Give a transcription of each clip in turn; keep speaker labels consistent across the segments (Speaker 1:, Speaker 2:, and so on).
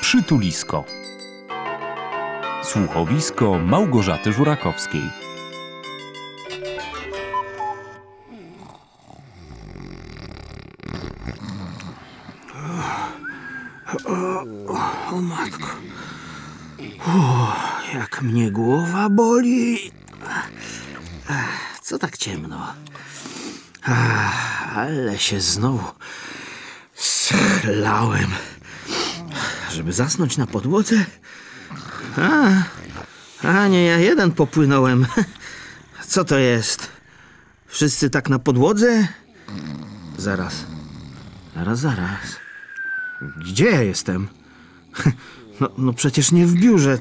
Speaker 1: Przytulisko. Słuchowisko Małgorzaty Żurakowskiej.
Speaker 2: O matko. Uff, jak mnie głowa boli. Ach, Co tak ciemno? Ach, ale się znowu schlałem. Żeby zasnąć na podłodze? A, a nie, ja jeden popłynąłem. Co to jest? Wszyscy tak na podłodze? Zaraz. Zaraz, zaraz. Gdzie ja jestem? No, no przecież nie w biurze.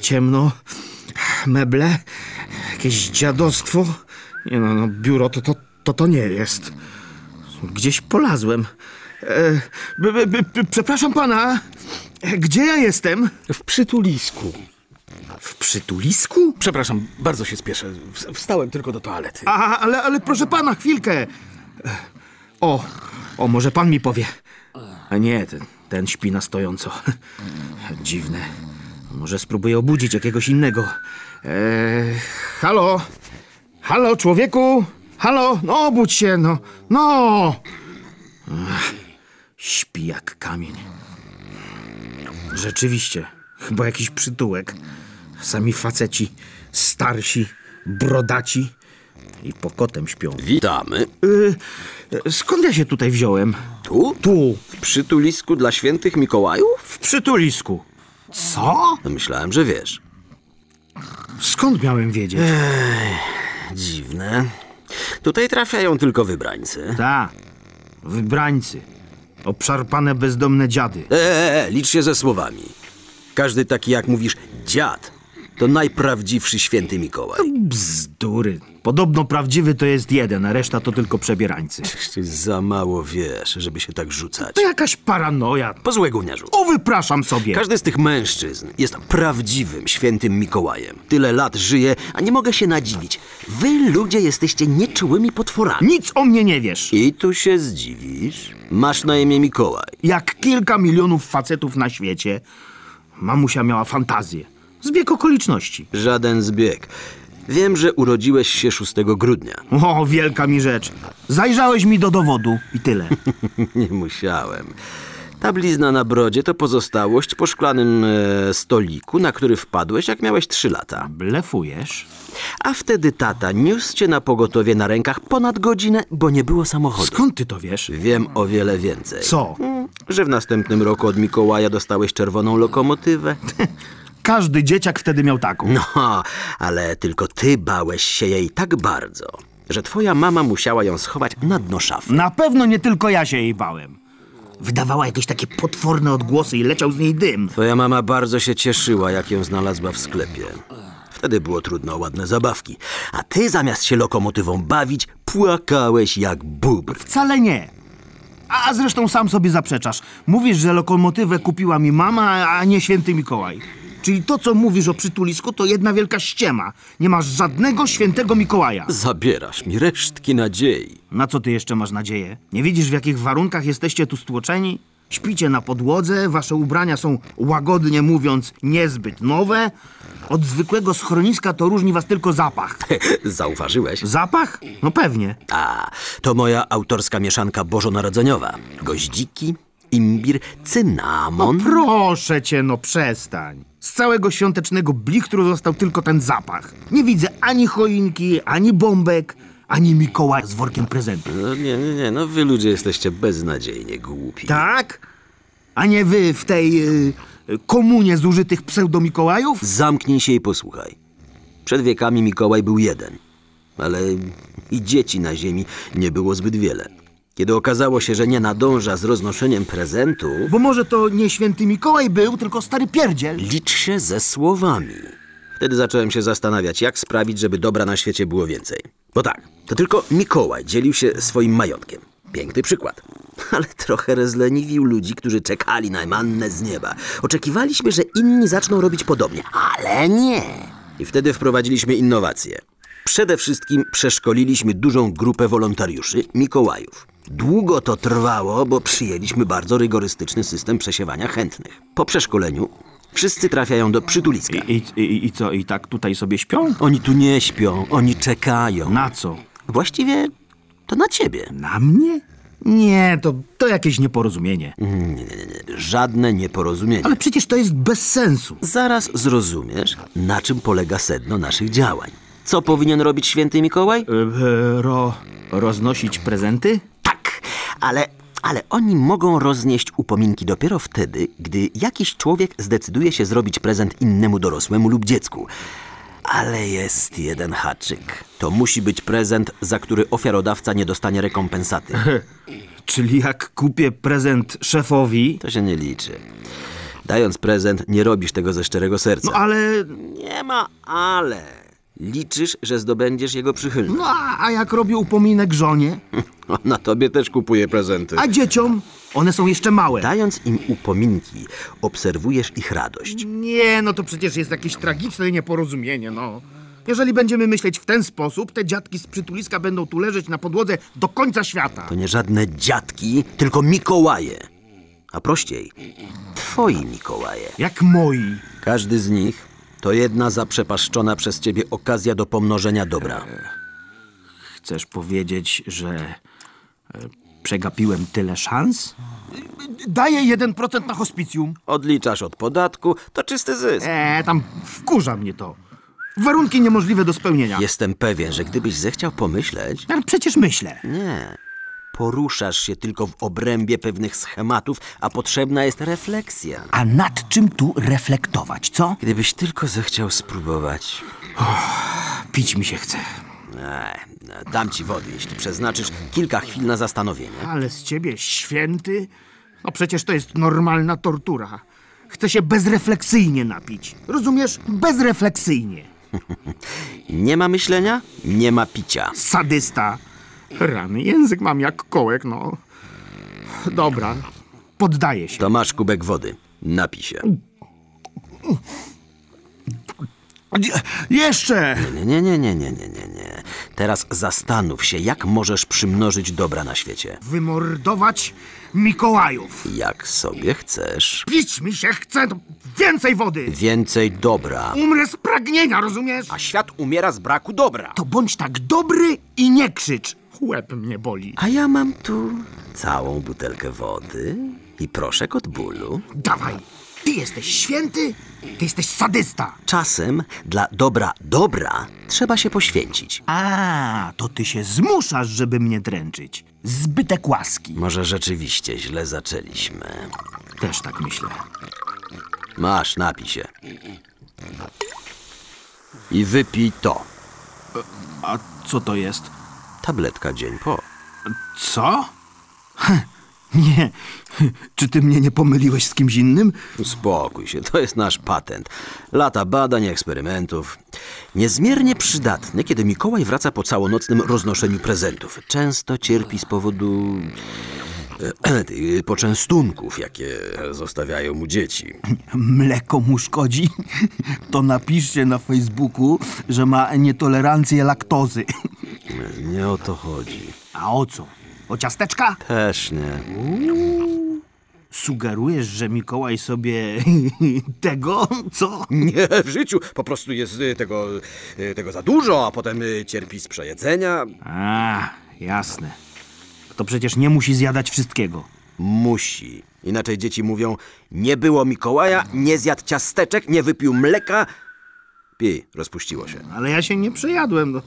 Speaker 2: Ciemno, meble, jakieś dziadostwo. Nie no, no biuro to to, to, to nie jest. Gdzieś polazłem. E, b, b, b, przepraszam pana, E, gdzie ja jestem?
Speaker 3: W przytulisku.
Speaker 2: W przytulisku?
Speaker 3: Przepraszam, bardzo się spieszę. Ws- Wstałem tylko do toalety.
Speaker 2: A, ale, ale proszę pana, chwilkę. E, O, o, może pan mi powie. A nie, ten, ten śpi na stojąco. Dziwne. Może spróbuję obudzić jakiegoś innego. E, halo? Halo, człowieku? Halo? No, obudź się, no. No! Ach, śpi jak kamień. Rzeczywiście, chyba jakiś przytułek. Sami faceci, starsi, brodaci i pokotem śpią.
Speaker 4: Witamy.
Speaker 2: Y, skąd ja się tutaj wziąłem?
Speaker 4: Tu?
Speaker 2: Tu,
Speaker 4: W przytulisku dla świętych Mikołajów?
Speaker 2: w przytulisku. Co?
Speaker 4: No Myślałem, że wiesz.
Speaker 2: Skąd miałem wiedzieć?
Speaker 4: Dziwne. Tutaj trafiają tylko wybrańcy.
Speaker 2: Ta, wybrańcy. Obszarpane bezdomne dziady.
Speaker 4: E, e, e, licz się ze słowami. Każdy taki, jak mówisz, dziad, to najprawdziwszy święty Mikołaj.
Speaker 2: Bzdury. Podobno prawdziwy to jest jeden, a reszta to tylko przebierańcy.
Speaker 4: Ty za mało wiesz, żeby się tak rzucać.
Speaker 2: To jakaś paranoja.
Speaker 4: Pozłe gówniarzu.
Speaker 2: O, wypraszam sobie.
Speaker 4: Każdy z tych mężczyzn jest prawdziwym świętym Mikołajem. Tyle lat żyje, a nie mogę się nadziwić. Wy, ludzie, jesteście nieczułymi potworami.
Speaker 2: Nic o mnie nie wiesz.
Speaker 4: I tu się zdziwisz? Masz na imię Mikołaj.
Speaker 2: Jak kilka milionów facetów na świecie, mamusia miała fantazję. Zbieg okoliczności.
Speaker 4: Żaden zbieg. Wiem, że urodziłeś się 6 grudnia.
Speaker 2: O, No, wielka mi rzecz. Zajrzałeś mi do dowodu i tyle.
Speaker 4: Nie musiałem. Ta blizna na brodzie to pozostałość po szklanym e, stoliku, na który wpadłeś, jak miałeś 3 lata.
Speaker 2: Blefujesz?
Speaker 4: A wtedy tata niósł cię na pogotowie na rękach ponad godzinę, bo nie było samochodu.
Speaker 2: Skąd ty to wiesz?
Speaker 4: Wiem o wiele więcej.
Speaker 2: Co?
Speaker 4: Mm, Że w następnym roku od Mikołaja dostałeś czerwoną lokomotywę.
Speaker 2: Każdy dzieciak wtedy miał taką.
Speaker 4: No, ale tylko ty bałeś się jej tak bardzo, że twoja mama musiała ją schować na dno szafy.
Speaker 2: Na pewno nie tylko ja się jej bałem. Wydawała jakieś takie potworne odgłosy i leciał z niej dym.
Speaker 4: Twoja mama bardzo się cieszyła, jak ją znalazła w sklepie. Wtedy było trudno o ładne zabawki, a ty zamiast się lokomotywą bawić, płakałeś jak bóbr.
Speaker 2: Wcale nie. A a zresztą sam sobie zaprzeczasz. Mówisz, że lokomotywę kupiła mi mama, a nie święty Mikołaj. Czyli to, co mówisz o przytulisku, to jedna wielka ściema. Nie masz żadnego świętego Mikołaja.
Speaker 4: Zabierasz mi resztki nadziei.
Speaker 2: Na co ty jeszcze masz nadzieję? Nie widzisz, w jakich warunkach jesteście tu stłoczeni? Śpicie na podłodze, wasze ubrania są, łagodnie mówiąc, niezbyt nowe. Od zwykłego schroniska to różni was tylko zapach.
Speaker 4: Zauważyłeś?
Speaker 2: Zapach? No pewnie.
Speaker 4: A, to moja autorska mieszanka bożonarodzeniowa. Goździki, imbir, cynamon.
Speaker 2: Proszę cię, no przestań. Z całego świątecznego blichtru został tylko ten zapach. Nie widzę ani choinki, ani bombek, ani Mikołaja z workiem prezentów.
Speaker 4: No, nie, nie, nie, no wy ludzie jesteście beznadziejnie głupi.
Speaker 2: Tak? A nie wy w tej y, komunie zużytych pseudomikołajów?
Speaker 4: Zamknij się i posłuchaj. Przed wiekami Mikołaj był jeden, ale i dzieci na ziemi nie było zbyt wiele. Kiedy okazało się, że nie nadąża z roznoszeniem prezentu,
Speaker 2: Bo może to nie święty Mikołaj był, tylko stary pierdziel.
Speaker 4: licz się ze słowami. Wtedy zacząłem się zastanawiać, jak sprawić, żeby dobra na świecie było więcej. Bo tak, to tylko Mikołaj dzielił się swoim majątkiem. Piękny przykład. Ale trochę rozleniwił ludzi, którzy czekali na mannę z nieba. Oczekiwaliśmy, że inni zaczną robić podobnie, ale nie. I wtedy wprowadziliśmy innowacje. Przede wszystkim przeszkoliliśmy dużą grupę wolontariuszy, Mikołajów. Długo to trwało, bo przyjęliśmy bardzo rygorystyczny system przesiewania chętnych. Po przeszkoleniu wszyscy trafiają do przytuliska.
Speaker 2: I, i, I co, i tak tutaj sobie śpią?
Speaker 4: Oni tu nie śpią, oni czekają.
Speaker 2: Na co?
Speaker 4: Właściwie to na ciebie.
Speaker 2: Na mnie? Nie, to, to jakieś nieporozumienie.
Speaker 4: Żadne nieporozumienie.
Speaker 2: Ale przecież to jest bez sensu.
Speaker 4: Zaraz zrozumiesz, na czym polega sedno naszych działań. Co powinien robić święty Mikołaj?
Speaker 2: E, e, Ro, roznosić prezenty?
Speaker 4: Tak, ale, ale oni mogą roznieść upominki dopiero wtedy, gdy jakiś człowiek zdecyduje się zrobić prezent innemu dorosłemu lub dziecku. Ale jest jeden haczyk. To musi być prezent, za który ofiarodawca nie dostanie rekompensaty.
Speaker 2: Czyli jak kupię prezent szefowi...
Speaker 4: To się nie liczy. Dając prezent, nie robisz tego ze szczerego serca.
Speaker 2: No ale...
Speaker 4: Nie ma ale. Liczysz, że zdobędziesz jego przychylność.
Speaker 2: No a, a jak robię upominek żonie?
Speaker 4: Ona tobie też kupuje prezenty.
Speaker 2: A dzieciom? One są jeszcze małe.
Speaker 4: Dając im upominki, obserwujesz ich radość.
Speaker 2: Nie, no to przecież jest jakieś tragiczne nieporozumienie, no. Jeżeli będziemy myśleć w ten sposób, te dziadki z przytuliska będą tu leżeć na podłodze do końca świata.
Speaker 4: To nie żadne dziadki, tylko Mikołaje. A prościej, twoi Mikołaje.
Speaker 2: Jak moi.
Speaker 4: Każdy z nich to jedna zaprzepaszczona przez ciebie okazja do pomnożenia dobra.
Speaker 2: Chcesz powiedzieć, że e, przegapiłem tyle szans? Daję 1% na hospicjum.
Speaker 4: Odliczasz od podatku, to czysty zysk.
Speaker 2: E, tam wkurza mnie to. Warunki niemożliwe do spełnienia.
Speaker 4: Jestem pewien, że gdybyś zechciał pomyśleć,
Speaker 2: Ale przecież myślę.
Speaker 4: Nie. Poruszasz się tylko w obrębie pewnych schematów, a potrzebna jest refleksja.
Speaker 2: A nad czym tu reflektować, co?
Speaker 4: Gdybyś tylko zechciał spróbować.
Speaker 2: Pić mi się chce.
Speaker 4: Eee, dam ci wody, jeśli przeznaczysz kilka chwil na zastanowienie.
Speaker 2: Ale z ciebie święty? No przecież to jest normalna tortura. Chcę się bezrefleksyjnie napić. Rozumiesz? Bezrefleksyjnie.
Speaker 4: Nie ma myślenia, nie ma picia.
Speaker 2: Sadysta. Rany, język mam jak kołek, no. Dobra, poddaję się.
Speaker 4: To masz kubek wody. Napij się.
Speaker 2: Jeszcze!
Speaker 4: Nie, nie, nie, nie, nie, nie, nie, nie. Teraz zastanów się, jak możesz przymnożyć dobra na świecie.
Speaker 2: Wymordować Mikołajów.
Speaker 4: Jak sobie chcesz.
Speaker 2: Pić mi się chce no, więcej wody.
Speaker 4: Więcej dobra.
Speaker 2: Umrę z pragnienia, rozumiesz?
Speaker 4: A świat umiera z braku dobra.
Speaker 2: To bądź tak dobry i nie krzycz. Łeb mnie boli.
Speaker 4: A ja mam tu całą butelkę wody i proszek od bólu.
Speaker 2: Dawaj! Ty jesteś święty, ty jesteś sadysta.
Speaker 4: Czasem dla dobra dobra trzeba się poświęcić.
Speaker 2: A, to ty się zmuszasz, żeby mnie dręczyć. Zbytek łaski.
Speaker 4: Może rzeczywiście źle zaczęliśmy.
Speaker 2: Też tak myślę.
Speaker 4: Masz, napij się. I wypij to.
Speaker 1: A co to jest?
Speaker 4: Tabletka dzień po.
Speaker 1: Co?
Speaker 2: Nie. Czy ty mnie nie pomyliłeś z kimś innym?
Speaker 4: Uspokój się, to jest nasz patent. Lata badań, eksperymentów. Niezmiernie przydatny, kiedy Mikołaj wraca po całonocnym roznoszeniu prezentów. Często cierpi z powodu e, tych poczęstunków, jakie zostawiają mu dzieci.
Speaker 5: mleko mu szkodzi, to napiszcie na Facebooku, że ma nietolerancję laktozy.
Speaker 4: Nie o to chodzi.
Speaker 5: A o co? O ciasteczka?
Speaker 4: Też nie.
Speaker 5: Sugerujesz, że Mikołaj sobie tego, co?
Speaker 4: Nie, w życiu po prostu jest y, tego, y, tego za dużo, a potem y, cierpi z przejedzenia.
Speaker 5: A, jasne. To przecież nie musi zjadać wszystkiego.
Speaker 4: Musi. Inaczej dzieci mówią, nie było Mikołaja, nie zjadł ciasteczek, nie wypił mleka. Pij, rozpuściło się.
Speaker 2: Ale ja się nie przejadłem. No.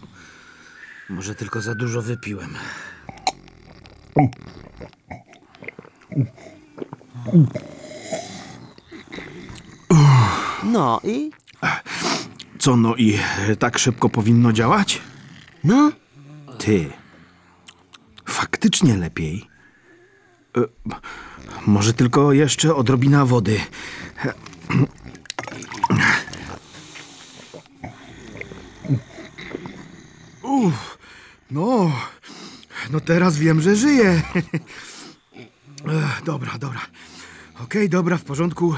Speaker 2: Może tylko za dużo wypiłem.
Speaker 4: No i?
Speaker 2: Co no i tak szybko powinno działać?
Speaker 4: No.
Speaker 2: Ty. Faktycznie lepiej. E, może tylko jeszcze odrobina wody. Uff, no. No teraz wiem, że żyję. Ech, Dobra, dobra. Okej, dobra, w porządku.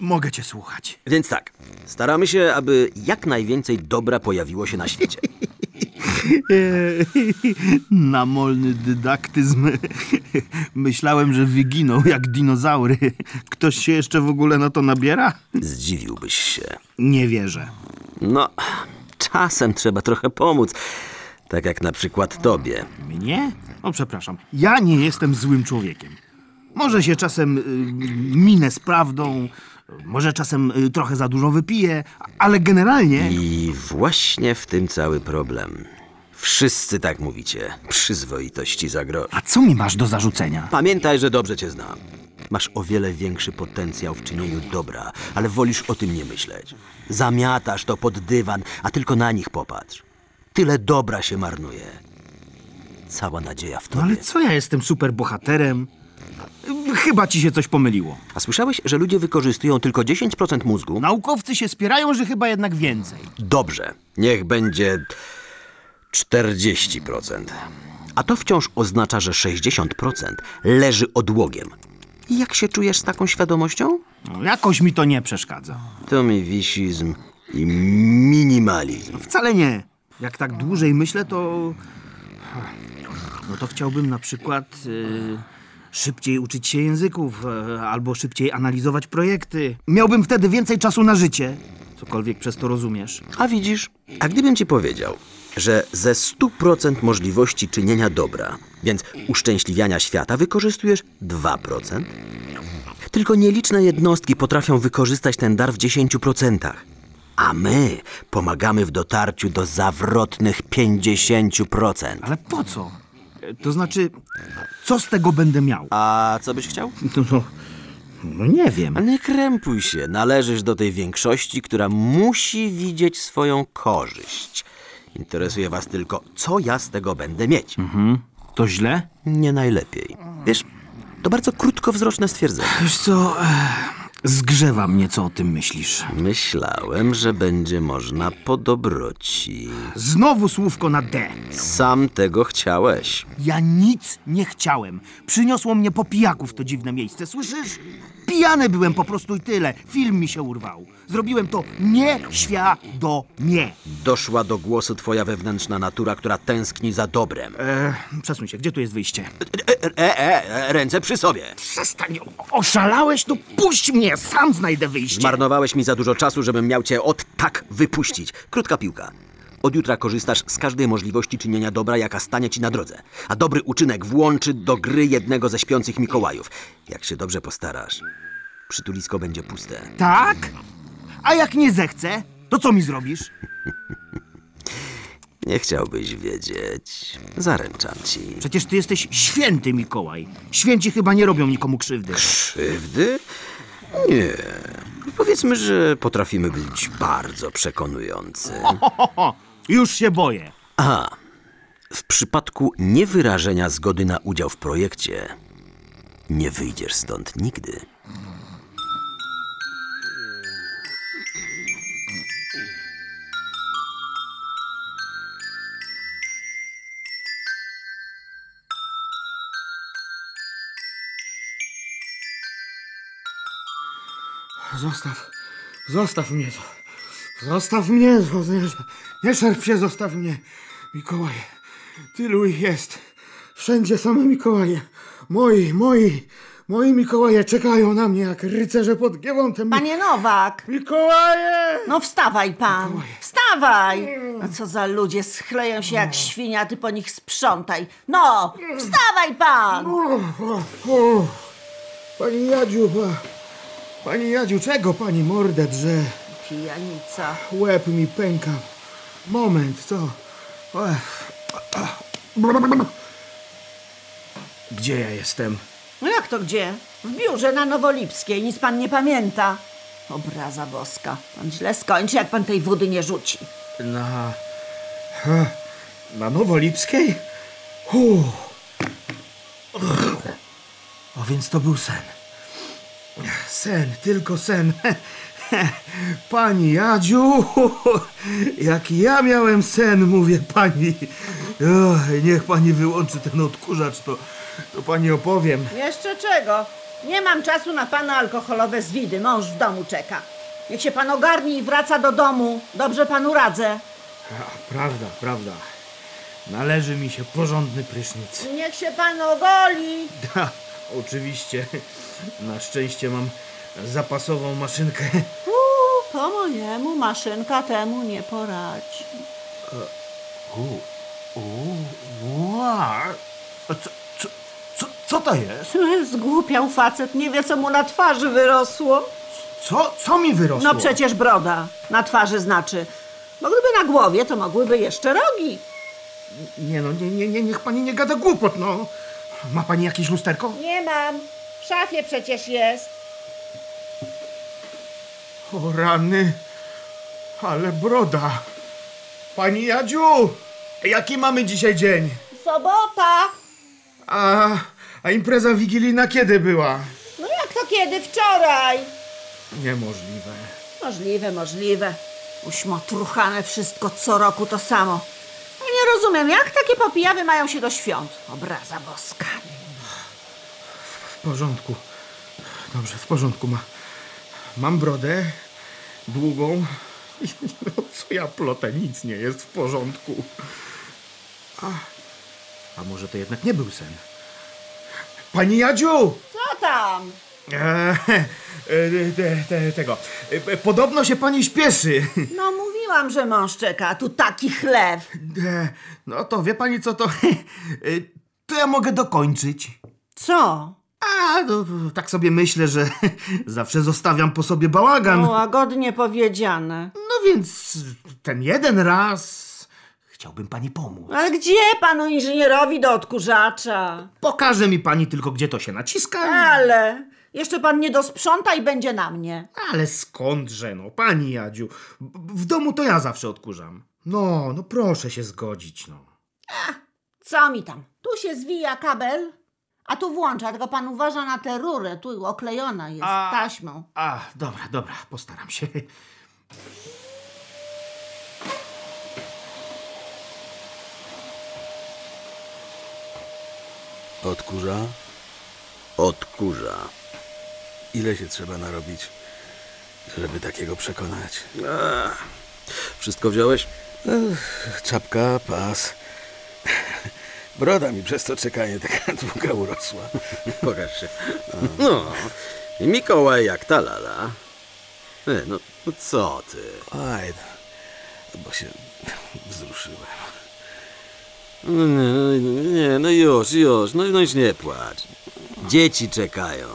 Speaker 2: Mogę cię słuchać.
Speaker 4: Więc tak, staramy się, aby jak najwięcej dobra pojawiło się na świecie.
Speaker 2: Namolny dydaktyzm. Myślałem, że wyginął jak dinozaury. Ktoś się jeszcze w ogóle na to nabiera?
Speaker 4: Zdziwiłbyś się.
Speaker 2: Nie wierzę.
Speaker 4: No, czasem trzeba trochę pomóc. Tak jak na przykład tobie.
Speaker 2: Mnie? O, przepraszam. Ja nie jestem złym człowiekiem. Może się czasem y, minę z prawdą, może czasem y, trochę za dużo wypiję, ale generalnie...
Speaker 4: I właśnie w tym cały problem. Wszyscy tak mówicie. Przyzwoitości za grosz.
Speaker 2: A co mi masz do zarzucenia?
Speaker 4: Pamiętaj, że dobrze cię znam. Masz o wiele większy potencjał w czynieniu dobra, ale wolisz o tym nie myśleć. Zamiatasz to pod dywan, a tylko na nich popatrz. Tyle dobra się marnuje. Cała nadzieja w
Speaker 2: No
Speaker 4: tobie.
Speaker 2: ale co ja jestem superbohaterem? Y, Chyba ci się coś pomyliło.
Speaker 4: A słyszałeś, że ludzie wykorzystują tylko 10% mózgu?
Speaker 2: No. Naukowcy się spierają, że chyba jednak więcej.
Speaker 4: Dobrze, niech będzie 40%. A to wciąż oznacza, że 60% leży odłogiem. I jak się czujesz z taką świadomością?
Speaker 2: No, jakoś mi to nie przeszkadza.
Speaker 4: To mi wisizm i minimalizm.
Speaker 2: Wcale nie. Jak tak dłużej myślę, to. No to chciałbym na przykład y, szybciej uczyć się języków y, albo szybciej analizować projekty. Miałbym wtedy więcej czasu na życie. Cokolwiek przez to rozumiesz.
Speaker 4: A widzisz, a gdybym ci powiedział, że ze 100% możliwości czynienia dobra, więc uszczęśliwiania świata, wykorzystujesz 2%? Tylko nieliczne jednostki potrafią wykorzystać ten dar w 10%, a my pomagamy w dotarciu do zawrotnych 50%.
Speaker 2: Ale po co? Y, To znaczy, co z tego będę miał?
Speaker 4: A co byś chciał?
Speaker 2: No, no, no nie wiem.
Speaker 4: A Nie krępuj się, należysz do tej większości, która musi widzieć swoją korzyść. Interesuje was tylko, co ja z tego będę mieć.
Speaker 2: To źle?
Speaker 4: Nie najlepiej. Wiesz, to bardzo krótkowzroczne stwierdzenie.
Speaker 2: Wiesz co, e, zgrzewa mnie, co o tym myślisz.
Speaker 4: Myślałem, że będzie można po dobroci.
Speaker 2: Znowu słówko na D.
Speaker 4: Sam tego chciałeś.
Speaker 2: Ja nic nie chciałem. Przyniosło mnie po pijaku w to dziwne miejsce, słyszysz? Pijany byłem po prostu i tyle. Film mi się urwał. Zrobiłem to nieświadomie.
Speaker 4: Doszła do głosu twoja wewnętrzna natura, która tęskni za dobrem. E,
Speaker 2: E, przesuń się, gdzie tu jest wyjście?
Speaker 4: e, e, e ręce przy sobie.
Speaker 2: Przestań, o- oszalałeś? No puść mnie, sam znajdę wyjście.
Speaker 4: Zmarnowałeś mi za dużo czasu, żebym miał cię od tak wypuścić. Krótka piłka. Od jutra korzystasz z każdej możliwości czynienia dobra, jaka stanie ci na drodze. A dobry uczynek włączy do gry jednego ze śpiących Mikołajów. Jak się dobrze postarasz, przytulisko będzie puste.
Speaker 2: tak? A jak nie zechcę, to co mi zrobisz?
Speaker 4: Nie chciałbyś wiedzieć. Zaręczam ci.
Speaker 2: Przecież ty jesteś święty, Mikołaj. Święci chyba nie robią nikomu krzywdy.
Speaker 4: Krzywdy? Nie. Powiedzmy, że potrafimy być bardzo przekonujący.
Speaker 2: O, już się boję.
Speaker 4: Aha. W przypadku niewyrażenia zgody na udział w projekcie nie wyjdziesz stąd nigdy.
Speaker 1: Zostaw. Zostaw mnie. Zostaw mnie. Nie, nie szarp się, zostaw mnie. Mikołaj. Tylu ich jest. Wszędzie same Mikołaje. Moi, moi. Moi Mikołaje czekają na mnie jak rycerze pod Giewątem.
Speaker 6: Panie Nowak,
Speaker 1: Mikołaje!
Speaker 6: no wstawaj pan, wstawaj! No co za ludzie, schleją się jak świnia, a ty po nich sprzątaj. No, wstawaj pan!
Speaker 1: O, pani Jadziu, pa, pani Jadziu, czego pani mordę drze?
Speaker 6: Pijanica.
Speaker 1: Łeb mi pęka. Moment, co? Ech.
Speaker 2: Gdzie ja jestem?
Speaker 6: No jak to gdzie? W biurze na Nowolipskiej, nic pan nie pamięta. Obraza boska. Pan źle skończy, jak pan tej wody nie rzuci.
Speaker 2: Na. Ha, Na Nowolipskiej? Hu. O więc to był sen.
Speaker 1: Sen, tylko sen. Pani Jadziu, jak ja miałem sen, mówię pani. Oj, niech pani wyłączy ten odkurzacz, to, to pani opowiem.
Speaker 6: Jeszcze czego? Nie mam czasu na pana alkoholowe zwidy. Mąż w domu czeka. Niech się pan ogarni i wraca do domu. Dobrze panu radzę.
Speaker 1: A, prawda, prawda.
Speaker 5: Należy mi się porządny prysznic.
Speaker 6: Niech się pan ogoli.
Speaker 5: Ha, oczywiście. Na szczęście mam zapasową maszynkę.
Speaker 6: Uuu, po mojemu maszynka temu nie poradzi.
Speaker 1: Ła, a co, co, co, co to jest?
Speaker 6: Zgłupiał facet, nie wie co mu na twarzy wyrosło.
Speaker 1: Co, co mi wyrosło?
Speaker 6: No przecież broda na twarzy znaczy. Bo gdyby na głowie, to mogłyby jeszcze rogi.
Speaker 1: Nie no, nie, nie, nie, niech pani nie gada głupot, no. Ma pani jakieś lusterko?
Speaker 7: Nie mam. W szafie przecież jest.
Speaker 1: O rany, ale broda. Pani Jadziu, jaki mamy dzisiaj dzień?
Speaker 7: Sobota.
Speaker 1: A, a impreza wigilijna kiedy była?
Speaker 7: No jak to kiedy? Wczoraj.
Speaker 1: Niemożliwe.
Speaker 6: Możliwe, możliwe. Uśmotruchane wszystko co roku to samo. Ja nie rozumiem, jak takie popijawy mają się do świąt. Obraza boska.
Speaker 1: W porządku. Dobrze, w porządku. Ma, mam brodę długą. No co ja plotę, nic nie jest w porządku.
Speaker 2: A może to jednak nie był sen?
Speaker 1: Pani Jadziu!
Speaker 6: Co tam?
Speaker 1: E, e, te, te, tego. E, Podobno się pani śpieszy.
Speaker 6: No mówiłam, że mąż czeka, a tu taki chlew.
Speaker 1: E, No to wie pani co to? E, To ja mogę dokończyć.
Speaker 6: Co?
Speaker 1: A, no, tak sobie myślę, że zawsze zostawiam po sobie bałagan.
Speaker 6: O, łagodnie powiedziane.
Speaker 1: No więc ten jeden raz chciałbym pani pomóc.
Speaker 6: Ale gdzie panu inżynierowi do odkurzacza?
Speaker 1: Pokaże mi pani tylko, gdzie to się naciska.
Speaker 6: Ale jeszcze pan nie dosprząta i będzie na mnie.
Speaker 1: Ale skądże, no, pani Jadziu. B- W domu to ja zawsze odkurzam. No, no proszę się zgodzić, no.
Speaker 6: Co mi tam? Tu się zwija kabel, a tu włącza, tylko pan uważa na tę rurę, tu oklejona jest
Speaker 1: A-
Speaker 6: taśmą.
Speaker 1: A, dobra, dobra, postaram się.
Speaker 3: Odkurza?
Speaker 4: Odkurza.
Speaker 3: Ile się trzeba narobić, żeby takiego przekonać?
Speaker 4: Wszystko wziąłeś?
Speaker 3: Czapka, pas. Broda mi przez to czekanie taka długa urosła.
Speaker 4: Pokaż się. No, Mikołaj jak ta lala. E, no, no co ty?
Speaker 3: Oj, no, bo się wzruszyłem.
Speaker 4: No nie, no, nie, no już, już, no, no już nie płacz. Dzieci czekają.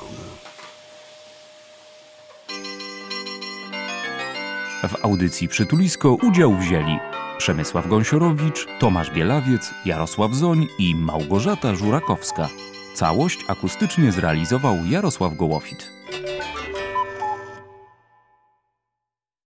Speaker 8: W audycji Przytulisko udział wzięli Przemysław Gąsiorowicz, Tomasz Bielawiec, Jarosław Zoń i Małgorzata Żurakowska. Całość akustycznie zrealizował Jarosław Gołofit.